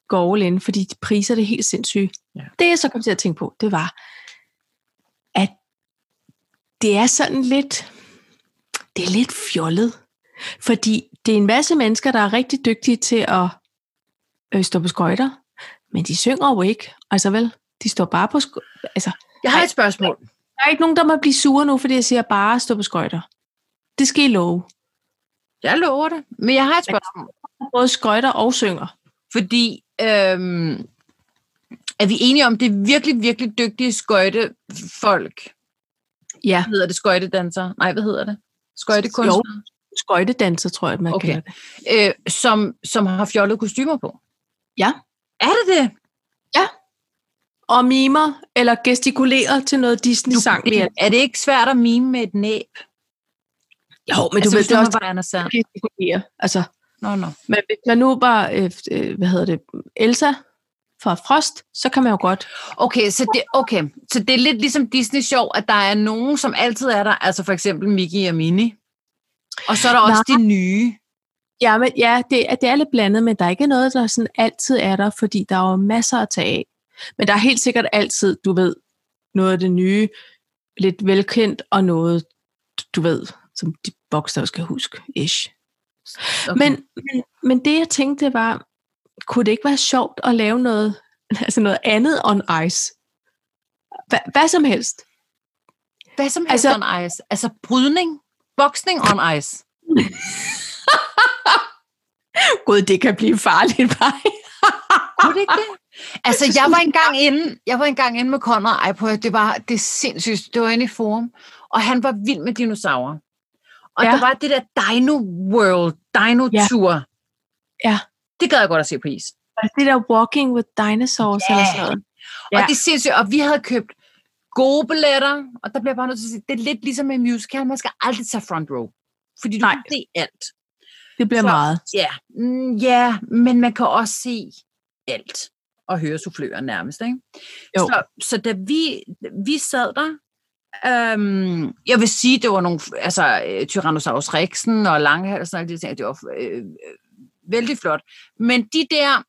gå all in, fordi de priser det er helt sindssygt. Ja. Ja. Det jeg så kom til at tænke på, det var, at det er sådan lidt, det er lidt fjollet, fordi det er en masse mennesker, der er rigtig dygtige til at øh, stå på skøjter, men de synger jo ikke, altså vel, de står bare på skøjter, altså Jeg har et spørgsmål. der er ikke nogen, der må blive sure nu, fordi jeg siger bare stå på skøjter. Det skal I love. Jeg lover det. Men jeg har et spørgsmål. Både skøjter og synger. Fordi øhm, er vi enige om, det er virkelig, virkelig dygtige skøjtefolk? Ja. Hvad hedder det? Skøjtedansere? Nej, hvad hedder det? Skøjtekunstnere? Skøjtedanser, tror jeg, man Okay. okay. kalder det. Øh, som, som har fjollet kostymer på? Ja. Er det det? Og mimer eller gestikulerer til noget Disney-sang. vi det, er- er det ikke svært at mime med et næb? Jo, men altså, du ved, hvis det er man også var Anders Sand. gestikulere. Altså, Nå, nå. men hvis man nu var, øh, øh, hvad hedder det, Elsa fra Frost, så kan man jo godt. Okay, så det, okay, så det er lidt ligesom Disney-show, at der er nogen, som altid er der, altså for eksempel Mickey og Minnie. Og så er der også de nye. Ja, men ja, det, er- det er lidt blandet, men der er ikke noget, der sådan altid er der, fordi der er jo masser at tage af. Men der er helt sikkert altid, du ved, noget af det nye, lidt velkendt, og noget, du ved, som de voksne også skal huske, ish. Okay. Men, men, men det, jeg tænkte, var, kunne det ikke være sjovt at lave noget, [laughs] altså noget andet on ice? Hva, hvad som helst. Hvad som helst altså, Altså- on ice. Altså brydning. Boksning on ice. Gud, det kan blive farligt, [laughs] vej. Kunne det ikke det? [laughs] Altså, jeg var engang inde, jeg var engang inde med Conrad ej, prøv, at høre, det var det sindssygt. Det var inde i forum, og han var vild med dinosaurer. Og ja. Ja. der var det der Dino World, Dino Tour. Ja. Det gad jeg godt at se på is. Var Altså, det det der Walking with Dinosaurs Ja. yeah. eller sådan noget? Ja. Og Ja. det er sindssygt. Og vi havde købt gode billetter, og der bliver jeg bare nødt til at sige, det er lidt ligesom med musical, man skal aldrig tage front row. Fordi du Nej. kan se alt. Det bliver Så- så. meget. Ja, mm, ja, men man kan også se alt og høre souffløren nærmest. Ikke? Jo. Så, så da vi, vi sad der, øhm, jeg vil sige, det var nogle, altså øh, Tyrannosaurus Rexen og Langhals og alle de ting, det var øh, øh, vældig flot. Men de der,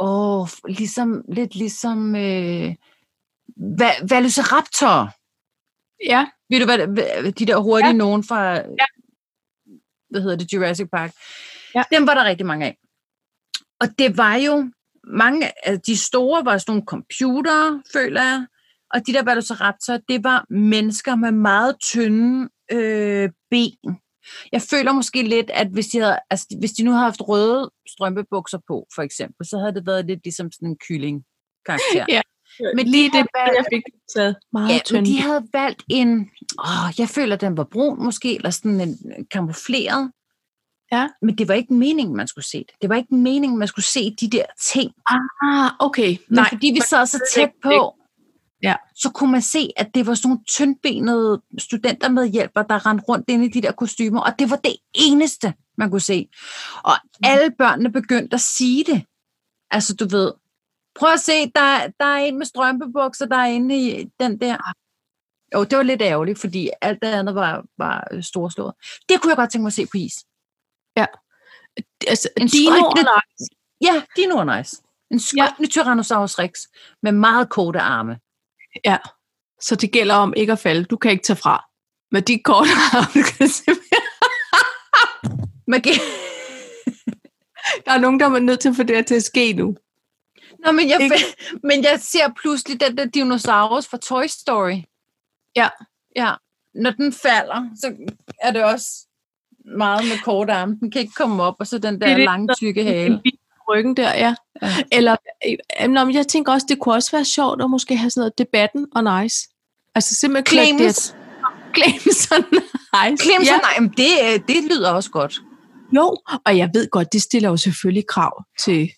åh, ligesom, lidt ligesom øh, va- Velociraptor. Ja, Ved du hvad, hvad- de der hurtige ja. Ja. nogen fra, ja. hvad hedder det, Jurassic Park. Ja. Ja. Dem var der rigtig mange af. Og det var jo, mange af de store var sådan nogle computer, føler jeg, og de der velociraptor, det var mennesker med meget tynde øh, ben. Jeg føler måske lidt, at hvis de, havde, altså, hvis de nu havde haft røde strømpebukser på, for eksempel, så havde det været lidt ligesom sådan en kylling-karakter. Ja. Men lige de det, her- jeg fik taget. Meget Øh, Ja, men tynde. de havde valgt en, åh, jeg føler, den var brun måske, eller sådan en øh, kamufleret. Ja. Men det var ikke meningen, man skulle se det. Det var ikke meningen, man skulle se de der ting. Ah, okay. Men Nej, fordi vi for- sad så det er tæt ikke- på, Ja. så kunne man se, at det var sådan nogle tyndbenede studentermedhjælpere, der rendte rundt inde i de der kostymer, og det var det eneste, man kunne se. Og alle børnene begyndte at sige det. Altså, du ved, prøv at se, der, der er en med strømpebukser, der er inde i den der. Jo, det var lidt ærgerligt, fordi alt det andet var, var øh, storslået. Det kunne jeg godt tænke mig at se på is. altså, en dino skrækkelig- eller Ja, de nu er nice. En skrækkende ja. Tyrannosaurus rex med meget korte arme. Ja, så det gælder om ikke at falde. Du kan ikke tage fra. Men de [laughs] korte arme kan simpelthen... Man kan, [laughs] Der er nogen, der er nødt til at få det her til at ske nu. Nå, men jeg, Ikke? men jeg ser pludselig den der dinosaurus fra Toy Story. Ja. Ja. Når den falder, så er det også meget med korte arme. Den kan ikke komme op, og så den Det der er det, lange, [laughs] tykke En hale. bil på ryggen der, ja. Ja. Eller, øh, jamen, nå, men jeg tænker også, det kunne også være sjovt at måske have sådan noget debatten og nice. Altså simpelthen klæde det- Clemens. Clemens og nice. Clemens, ja. ja. nej, men det, øh, det lyder også godt. Jo, og jeg ved godt, det stiller jo selvfølgelig krav til,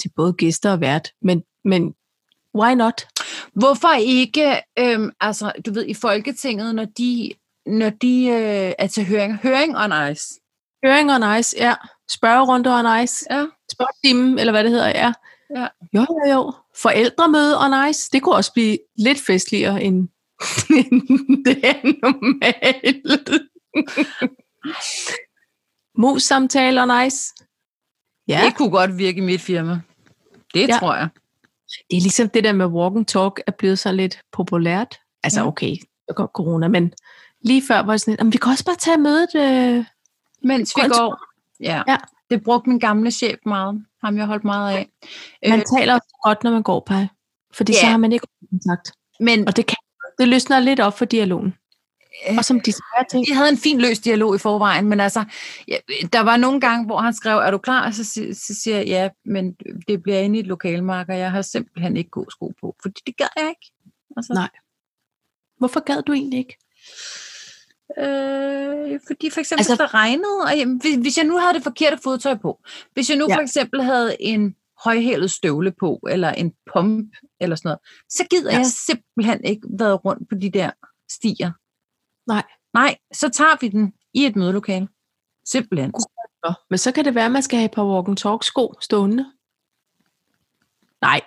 til både gæster og vært, men, men why not? Hvorfor ikke, øhm, altså, du ved, i Folketinget, når de, når de øh, er til høring, høring on ice. Høring og nice, ja. Spørgerunder og nice. Ja. Spørgetimen, eller hvad det hedder, ja. Ja. Jo, jo, jo. Forældremøde og nice. Det kunne også blive lidt festligere end, [laughs] end det er normalt. Mus-samtale og nice. Ja, Det kunne godt virke i mit firma. Det ja. Ja. tror jeg. det er ligesom det der med walk and talk er blevet så lidt populært. Altså Ja. okay, der går corona, men lige før var det sådan lidt, "Jamen, vi kan også bare tage mødet. Øh. Mens vi Grønt. går. Ja. ja. Ja. Det brugte min gamle chef meget. Ham jeg holdt meget af. Man Øh, taler også godt, når man går på, fordi så Ja. har man ikke kontakt. men Og det, kan, det løsner lidt op for dialogen. Og som de svære ting. vi havde en fin løs dialog i forvejen, men altså, ja, der var nogle gange, hvor han skrev, er du klar? Og så, si- så siger jeg, ja, men det bliver inde i et lokalmark, og jeg har simpelthen ikke god sko på, fordi det gad jeg ikke. Altså, Og så, Nej. Hvorfor gad du egentlig ikke? Øh, fordi for eksempel, altså, Altså- hvis der regnede, og jamen, hvis, hvis jeg nu havde det forkerte fodtøj på, hvis jeg nu ja. Ja. for eksempel havde en højhælet støvle på, eller en pump, eller sådan noget, så gider Ja. jeg simpelthen ikke være rundt på de der stier. Nej. Nej, så tager vi den i et mødelokale. Simpelthen. Nå, Men så kan det være, at man skal have et par walk and talk sko stående. Nej,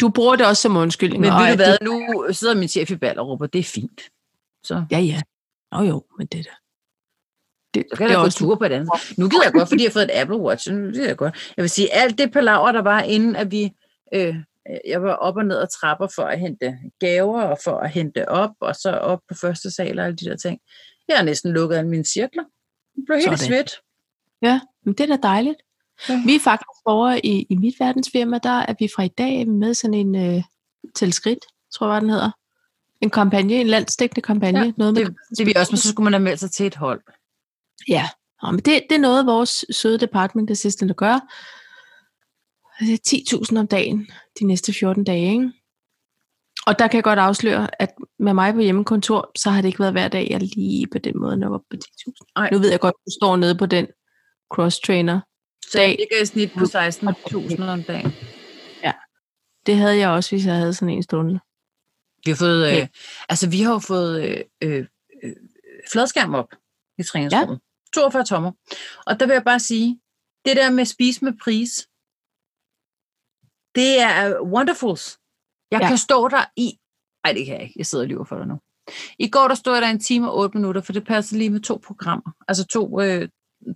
du bruger det også som undskyldning. Men og ved du at hvad, nu sidder min chef i Ballerup, og det er fint. Så Ja, ja. Nå jo, men det der. Det, Så kan jeg da gå tur på et andet. Nu gider jeg godt, fordi jeg har fået et Apple Watch. Nu gider jeg godt. Jeg vil sige, alt det palaver, der var, inden at vi... Øh, øh, jeg var op og ned ad trapper for at hente gaver, og for at hente op, og så op på første sal og alle de der ting. Jeg har næsten lukket alle mine cirkler. Jeg blev helt Sådan. svedt. Ja, men det er da dejligt. Ja. Ja. Vi er faktisk over i, i mit verdensfirma, der er vi fra i dag er vi med sådan en øh, tilskridt, tror jeg, hvad den hedder. En kampagne, en landsdækkende kampagne. Ja, Ja, noget med, Det, det vi også, men så skulle man have meldt sig til et hold. ja. Nå, men det, det er noget, vores søde department, det sidste, der gør. Altså, Det er 10.000 om dagen de næste 14 dage, ikke? Og der kan jeg godt afsløre, at med mig på hjemmekontor, så har det ikke været hver dag, jeg lige på den måde når op på 10.000. Ej. Nu ved jeg godt, at du står nede på den cross-trainer. Så jeg Dag. ligger i snit på 16.000 om dagen. Det havde jeg også, hvis jeg havde sådan en stående. Vi har fået, øh, Ja. altså vi har jo fået øh, øh, øh, fladskærm op i træningsrummet. Ja. 42 tommer. Og der vil jeg bare sige, det der med spise med pris, det er øh, wonderfuls. Jeg ja. Ja. kan stå der i... Ej, det kan jeg ikke. Jeg sidder og lyver for dig nu. I går der stod jeg der en time og otte minutter, for det passer lige med to programmer. Altså to, øh, to,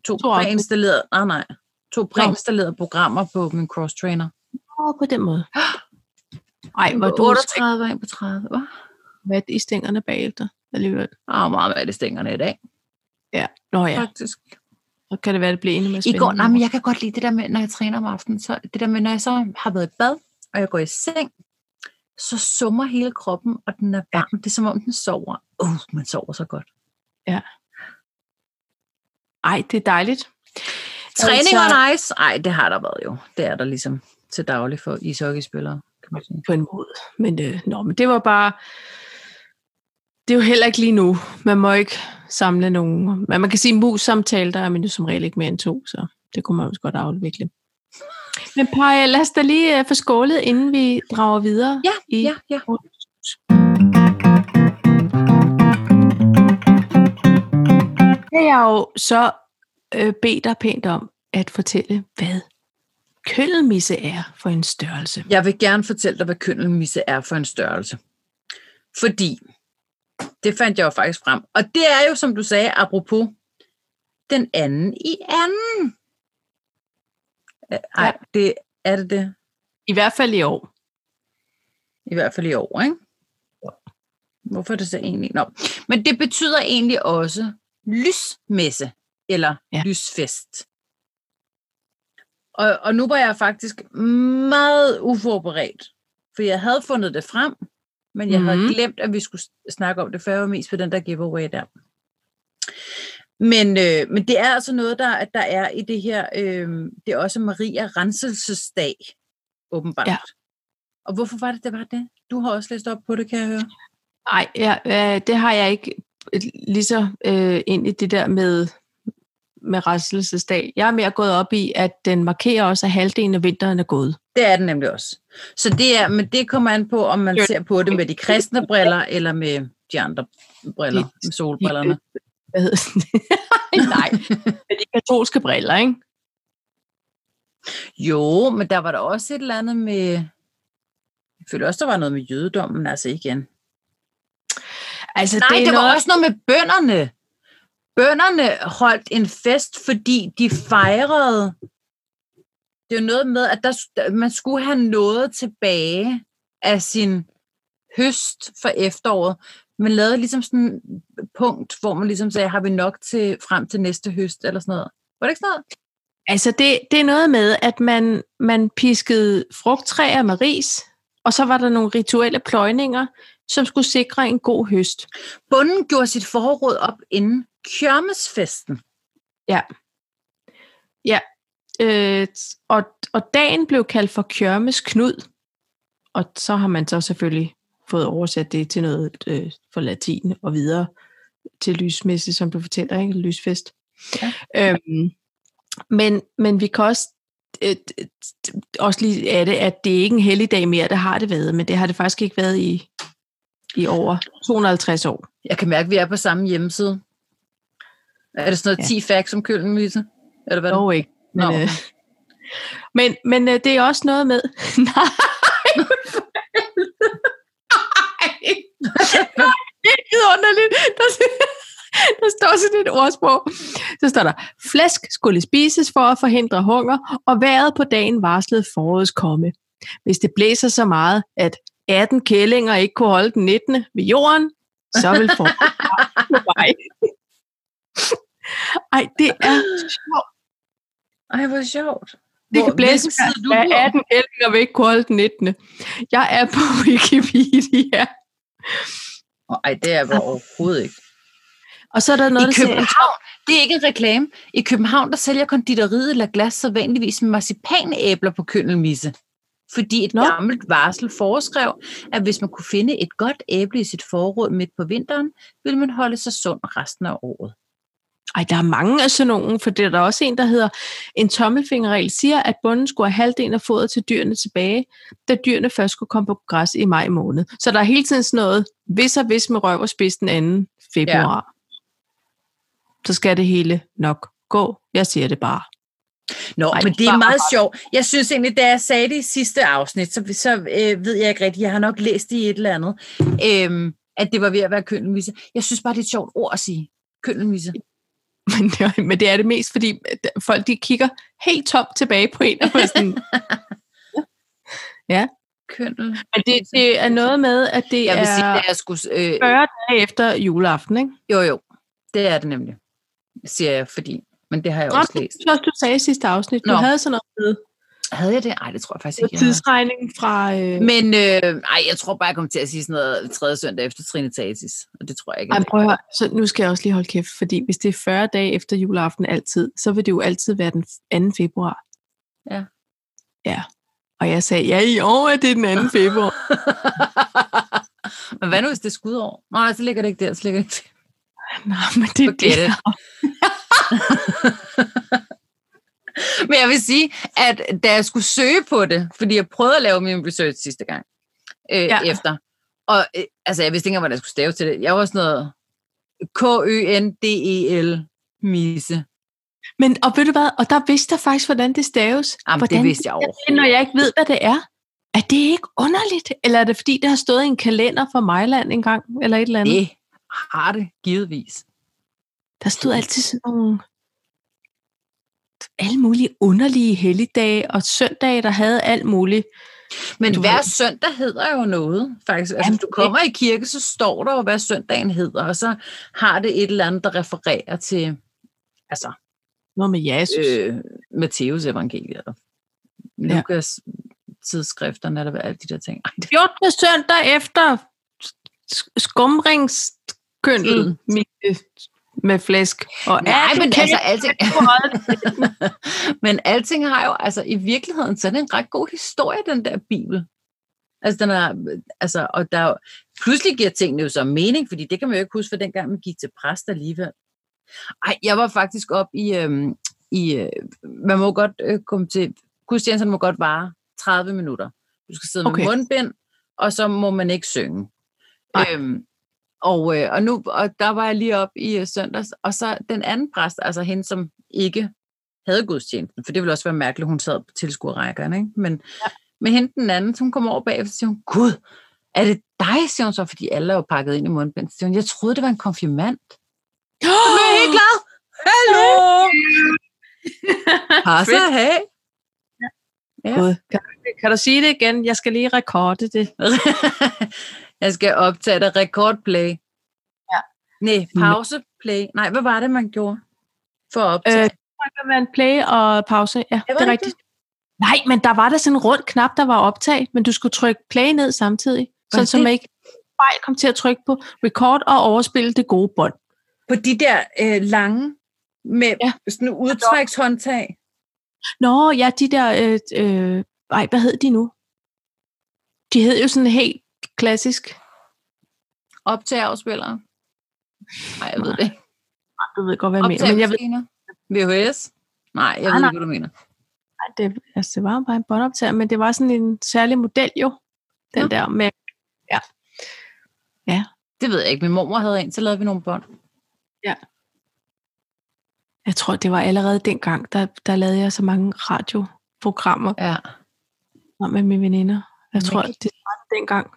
To to afsnit. præinstallerede... Nej, nej. To præinstallerede programmer på min cross-trainer. Åh, på den [gasps] måde. Ej, hvor Hvor du 38 og 31. Hvad? vat i stængerne bagefter alligevel. Ah, meget hvad det stængerne i dag. Nå ja, faktisk. så kan det være, det bliver endnu mere I spændende. går, nej, men jeg kan godt lide det der med, når jeg træner om aftenen, så det der med, når jeg så har været i bad, og jeg går i seng, så summer hele kroppen, og den er varm. Det er som om, den sover. Åh, uh, man sover så godt. Ej, det er dejligt. Træning Altså- og nice. Ej, det har der været jo. Det er der ligesom til daglig for ishockeyspillere, kan man sige. På en måde. Men, øh, nå, men det var bare... Det er jo heller ikke lige nu. Man må ikke samle nogen. Men man kan sige, at mus-samtale, der er man jo som regel ikke mere end to, så det kunne man også godt afvikle. Men Paj, lad os da lige øh, få skålet, inden vi drager videre. Ja, i ja, ja. kan jeg jo så øh, bede dig pænt om at fortælle, hvad køndelmisse er for en størrelse. Jeg vil gerne fortælle dig, hvad køndelmisse er for en størrelse. Fordi, det fandt jeg jo faktisk frem. Og det er jo, som du sagde, apropos, den anden i anden. Øh, Ej, Ja. ja. det er det det. I hvert fald i år. I hvert fald i år, ikke? Hvorfor er det så egentlig? Nå. Men det betyder egentlig også lysmesse, eller Ja. ja. lysfest. Og, og nu var jeg faktisk meget uforberedt, for jeg havde fundet det frem, men jeg mm. Mhm. havde glemt, at vi skulle s- snakke om det, for jeg var mest på den der giveaway der. Men, øh, men det er altså noget, der, at der er i det her, øh, det er også Maria Renselsesdag, åbenbart. Ja. Og hvorfor var det, det var det? Du har også læst op på det, kan jeg høre. Nej, ja, øh, det har jeg ikke øh, lige så øh, ind i det der med, med restelsesdag. Jeg er mere gået op i, at den markerer også, at halvdelen af vinteren er gået. Det er den nemlig også. Så det er, men det kommer an på, om man Jo. ser på det med de kristne briller, eller med de andre briller, De- med solbrillerne. Øh, Hvad hedder det? [laughs] Nej, men de katolske briller, ikke? Jo, men der var der også et eller andet med... Jeg føler også, der var noget med jødedommen, altså igen. Altså, Nej, det er det var noget, også noget med bønderne. Bønderne holdt en fest, fordi de fejrede. Det er jo noget med, at der, s- man skulle have noget tilbage af sin høst for efteråret. Man lavede ligesom sådan et punkt, hvor man ligesom sagde, har vi nok til frem til næste høst, eller sådan noget. Var det ikke sådan noget? altså det, det er noget med, at man, man piskede frugttræer med ris, og så var der nogle rituelle pløjninger, som skulle sikre en god høst. Bunden gjorde sit forråd op inden kjørmesfesten. Øh, t- og, og dagen blev kaldt for Kjørmes Knud. Og så har man så selvfølgelig fået oversat det til noget øh, for latin og videre til lysmesse, som du fortæller, ikke? Lysfest. Ja. Øhm, men, men vi kan også, øh, t- t- også lige af det, at det er ikke en helligdag mere, det har det været, men det har det faktisk ikke været i, i over 250 år. Jeg kan mærke, at vi er på samme hjemmeside. Er det sådan noget 10 facts om køllen, Lise? Eller hvad? Dog ikke. Men, Nå, øh, okay. men, men øh, det er også noget med... [laughs] Nej! for helvede. Nej! Det er vidunderligt. Der, der står sådan et ordsprog. Så står der, flæsk skulle spises for at forhindre hunger, og vejret på dagen varslede forårets komme. Hvis det blæser så meget, at 18 kællinger ikke kunne holde den 19. ved jorden, så vil foråret være på vej. Ej, det er sjovt. Ej, hvor sjovt. Det Hvor- kan blæse hvilken side er du af på? 18 kællinger væk kunne holde den 19. Jeg er på [laughs] Wikipedia. Ej, det er jeg bare overhovedet ikke. Og så er der I noget, der siger, København, det er ikke en reklame. I København, der sælger konditoriet eller glas så vanligvis med marcipanæbler på køndelmisse. Fordi et Nå. Nå. gammelt varsel foreskrev, at hvis man kunne finde et godt æble i sit forråd midt på vinteren, ville man holde sig sund resten af året. Ej, der er mange af sådan nogen, for det er der også en, der hedder, en tommelfingerregel siger, at bunden skulle have halvdelen af fodret til dyrene tilbage, da dyrene først skulle komme på græs i maj måned. Så der er hele tiden sådan noget, hvis og hvis med røv og spids den 2. februar. Så skal det hele nok gå. Jeg siger det bare. [laughs] Nå, Ej, men det er bare- meget sjovt. Jeg synes egentlig, da jeg sagde det i sidste afsnit, så, så øh, ved jeg ikke rigtigt, jeg har nok læst det i et eller andet, øh, at det var ved at være køndelmisse. Jeg synes bare, det er et sjovt ord at sige. Køndelmisse. Men det, men det er det mest, fordi folk de kigger helt tomt tilbage på en. Og er sådan, Køndel. men det, det er noget med, at det Jeg er vil sige, at jeg skulle... Øh, 40 dage efter juleaften. Ikke? jo, jo. Det er det nemlig, siger jeg, fordi... Men det har jeg Nå, også det læst. synes jeg også, du sagde i sidste afsnit. Du Nå. havde sådan noget med Havde jeg det? Nej, det tror jeg faktisk med ikke, jeg havde. tidsregningen fra... Øh, Men øh, ej, jeg tror bare, jeg kommer til at sige sådan noget tredje søndag efter Trinitatis. Og det tror jeg ikke. Ej, at- men prøv at høre. Så nu skal jeg også lige holde kæft, fordi hvis det er 40 dage efter juleaften altid, så vil det jo altid være den 2. februar. Ja. Ja. Og jeg sagde, ja, i år er det den 2. februar. [laughs] Men hvad nu, hvis det er skudår? Nej, så ligger det ikke der. Så ligger det ikke der. Nej, men det er Forget det. it. [laughs] Men jeg vil sige, at da jeg skulle søge på det, fordi jeg prøvede at lave min research sidste gang øh, Ja. ja. efter, og øh, altså, jeg vidste ikke engang, hvordan jeg skulle stave til det. Jeg var sådan noget K-Ø-N-D-E-L E misse. Men og ved du hvad, og der vidste jeg faktisk, hvordan det staves. Jamen, hvordan det vidste jeg jeg det, overhovedet. når jeg ikke ved, hvad det er? Er det ikke underligt? Eller er det, fordi det har stået i en kalender fra Mejland engang, eller et eller andet? Det har det givetvis. Der stod altid sådan nogle alle mulige underlige helligdage og søndage, der havde alt muligt. Men Du du hver ved. søndag hedder jo noget, faktisk. Altså, Jamen, hvis du kommer i kirke, så står der jo, hvad søndagen hedder, og så har det et eller andet, der refererer til altså, Noget med Jesus. Øh, øh, Matteus evangeliet, og Ja. Lukas tidsskrifterne, eller hvad, alle de der ting. Ej, det 14. søndag efter sk- skumringskøndel med, med flæsk. Og Mm. Nej, alt men kan- altså, alting, [laughs] men alting har jo, altså i virkeligheden, så er det en ret god historie, den der Bibel. Altså, den er, altså, og der er jo, pludselig giver tingene jo så mening, fordi det kan man jo ikke huske fra dengang, man gik til præst alligevel. Ej, jeg var faktisk op i, øhm, i øh, man må godt øh, komme til, gudstjenesten må godt vare 30 minutter. Du skal sidde okay. Okay. med mundbind, og så må man ikke synge. Nej. Øhm, og, øh, og, nu, og der var jeg lige op i øh, søndags, og så den anden præst, altså hende, som ikke havde gudstjenesten, for det ville også være mærkeligt, hun sad på tilskuerrækkerne, ikke? Men, ja. men hende den anden, som kom over bagefter, siger hun, Gud, er det dig, siger hun så, fordi alle er jo pakket ind i mundbind. Så siger hun, jeg troede, det var en konfirmand. Så blev jeg helt glad. [laughs] Hallo! Passe, hey. [laughs] Gud, kan, du- kan du sige det igen? Jeg skal lige rekorde det. jeg skal optage det rekordplay. Ja. Nej, pauseplay. Nej, hvad var det, man gjorde for at optage? Øh, det kan være en play og pause. Ja, det det er rigtigt. Nej, men der var der sådan en rund knap, der var optag, men du skulle trykke play ned samtidig, sådan så det? man ikke fejl kom til at trykke på record og overspille det gode bånd. På de der øh, lange med Ja. ja. sådan udtrækshåndtag. Nå, ja, de der... Øh, øh, ej, hvad hed de nu? De hed jo sådan helt klassisk. Optage afspillere. Nej, jeg ved Nej, det ikke. Ej, Du ved godt, hvad jeg mener. Men jeg ved, Optagelsesmaskiner. VHS? Nej, jeg Nej, ved nej. ikke, hvad du mener. ej, det, altså, det var jo bare en båndoptager, men det var sådan en særlig model jo. Den Nå. der med... Det ved jeg ikke. Min mormor havde en, så lavede vi nogle bånd. Jeg tror, det var allerede dengang, der, der lavede jeg så mange radioprogrammer. Ja. sammen med mine veninder. Jeg tror, Mega. det var dengang.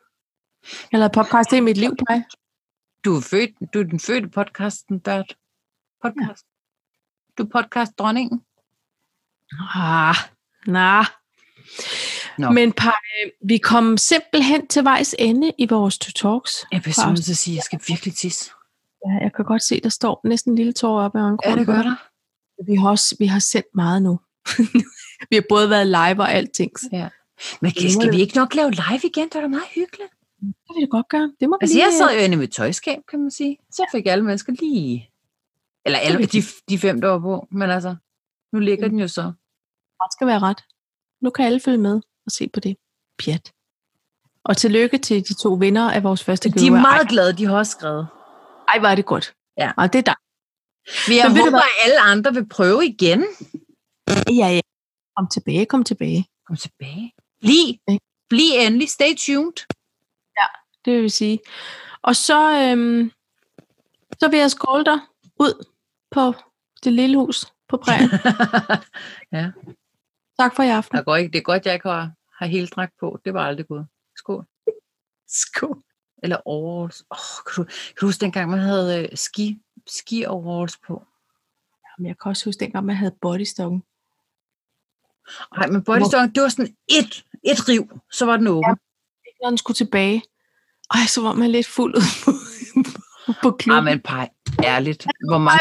Jeg lavede podcast i mit liv, Paj. Du er, født, du er den fødte podcasten, Bert. Podcast. Ja. Du er podcastdronningen. Ah, nah. Nå. Men Paj, øh, vi kom simpelthen til vejs ende i vores to talks. Jeg bliver simpelthen nødt til at sige, at jeg skal virkelig tisse. Ja, jeg kan godt se, der står næsten en lille tår op ad øjenkrogen. der? Vi har, også, vi har sendt meget nu. [laughs] vi har både været live og alting. så Men Det må skal det- vi ikke nok lave live igen? Det var da meget hyggeligt. Det vil vi godt gøre. Det må vi Altså, lige... jeg sad jo inde i mit tøjskab, kan man sige. Så fik alle mennesker lige... Eller alle, de, de fem, der var på. Men altså, nu ligger den jo så. ret skal være ret. Nu kan alle følge med og se på det. Pjat. Og tillykke til de to vinder af vores første De giveaway. er meget glade, de har også skrevet. Ej, hvor er det godt. Ja. Og det er dig. Men jeg Men ved du håber, at alle andre vil prøve igen. Ja, ja. Kom tilbage, kom tilbage. Kom tilbage. Bliv. Ikke? Bliv endelig. Stay tuned. [laughs] Det vil sige. Og så, øhm, så vil jeg skåle dig ud på det lille hus på [laughs] prærien. Tak for i aften. Der går ikke, det er godt, jeg ikke har, har hele dragt på. Det var aldrig gået. Skål. Skål. Eller overalls. Oh, kan, du, kan du huske dengang, man havde øh, ski, ski overalls på? Jamen, jeg kan også huske dengang, man havde bodystokken. Nej, men bodystokken, det var sådan et, et riv, så var den åben. Når den skulle tilbage. Ej, så var man lidt fuld ud på, på Ja, klubben. men pej, ærligt. Hvor mange...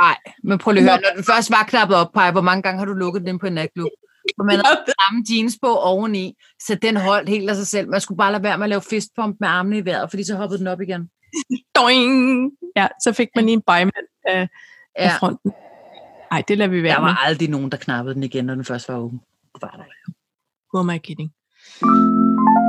Nej, men prøv lige at høre. Når den først var knappet op, pej, hvor mange gange har du lukket den på en natklub? Hvor man havde samme jeans på oveni, så den holdt helt af sig selv. Man skulle bare lade være med at lave fistpump med armene i vejret, fordi så hoppede den op igen. Doing! Ja, så fik man lige en bejmand af, ja. af Ja, fronten. Nej, det lader vi der være med. var aldrig nogen, der knappede den igen, når den først var åben. Det var der ikke. Who am I kidding?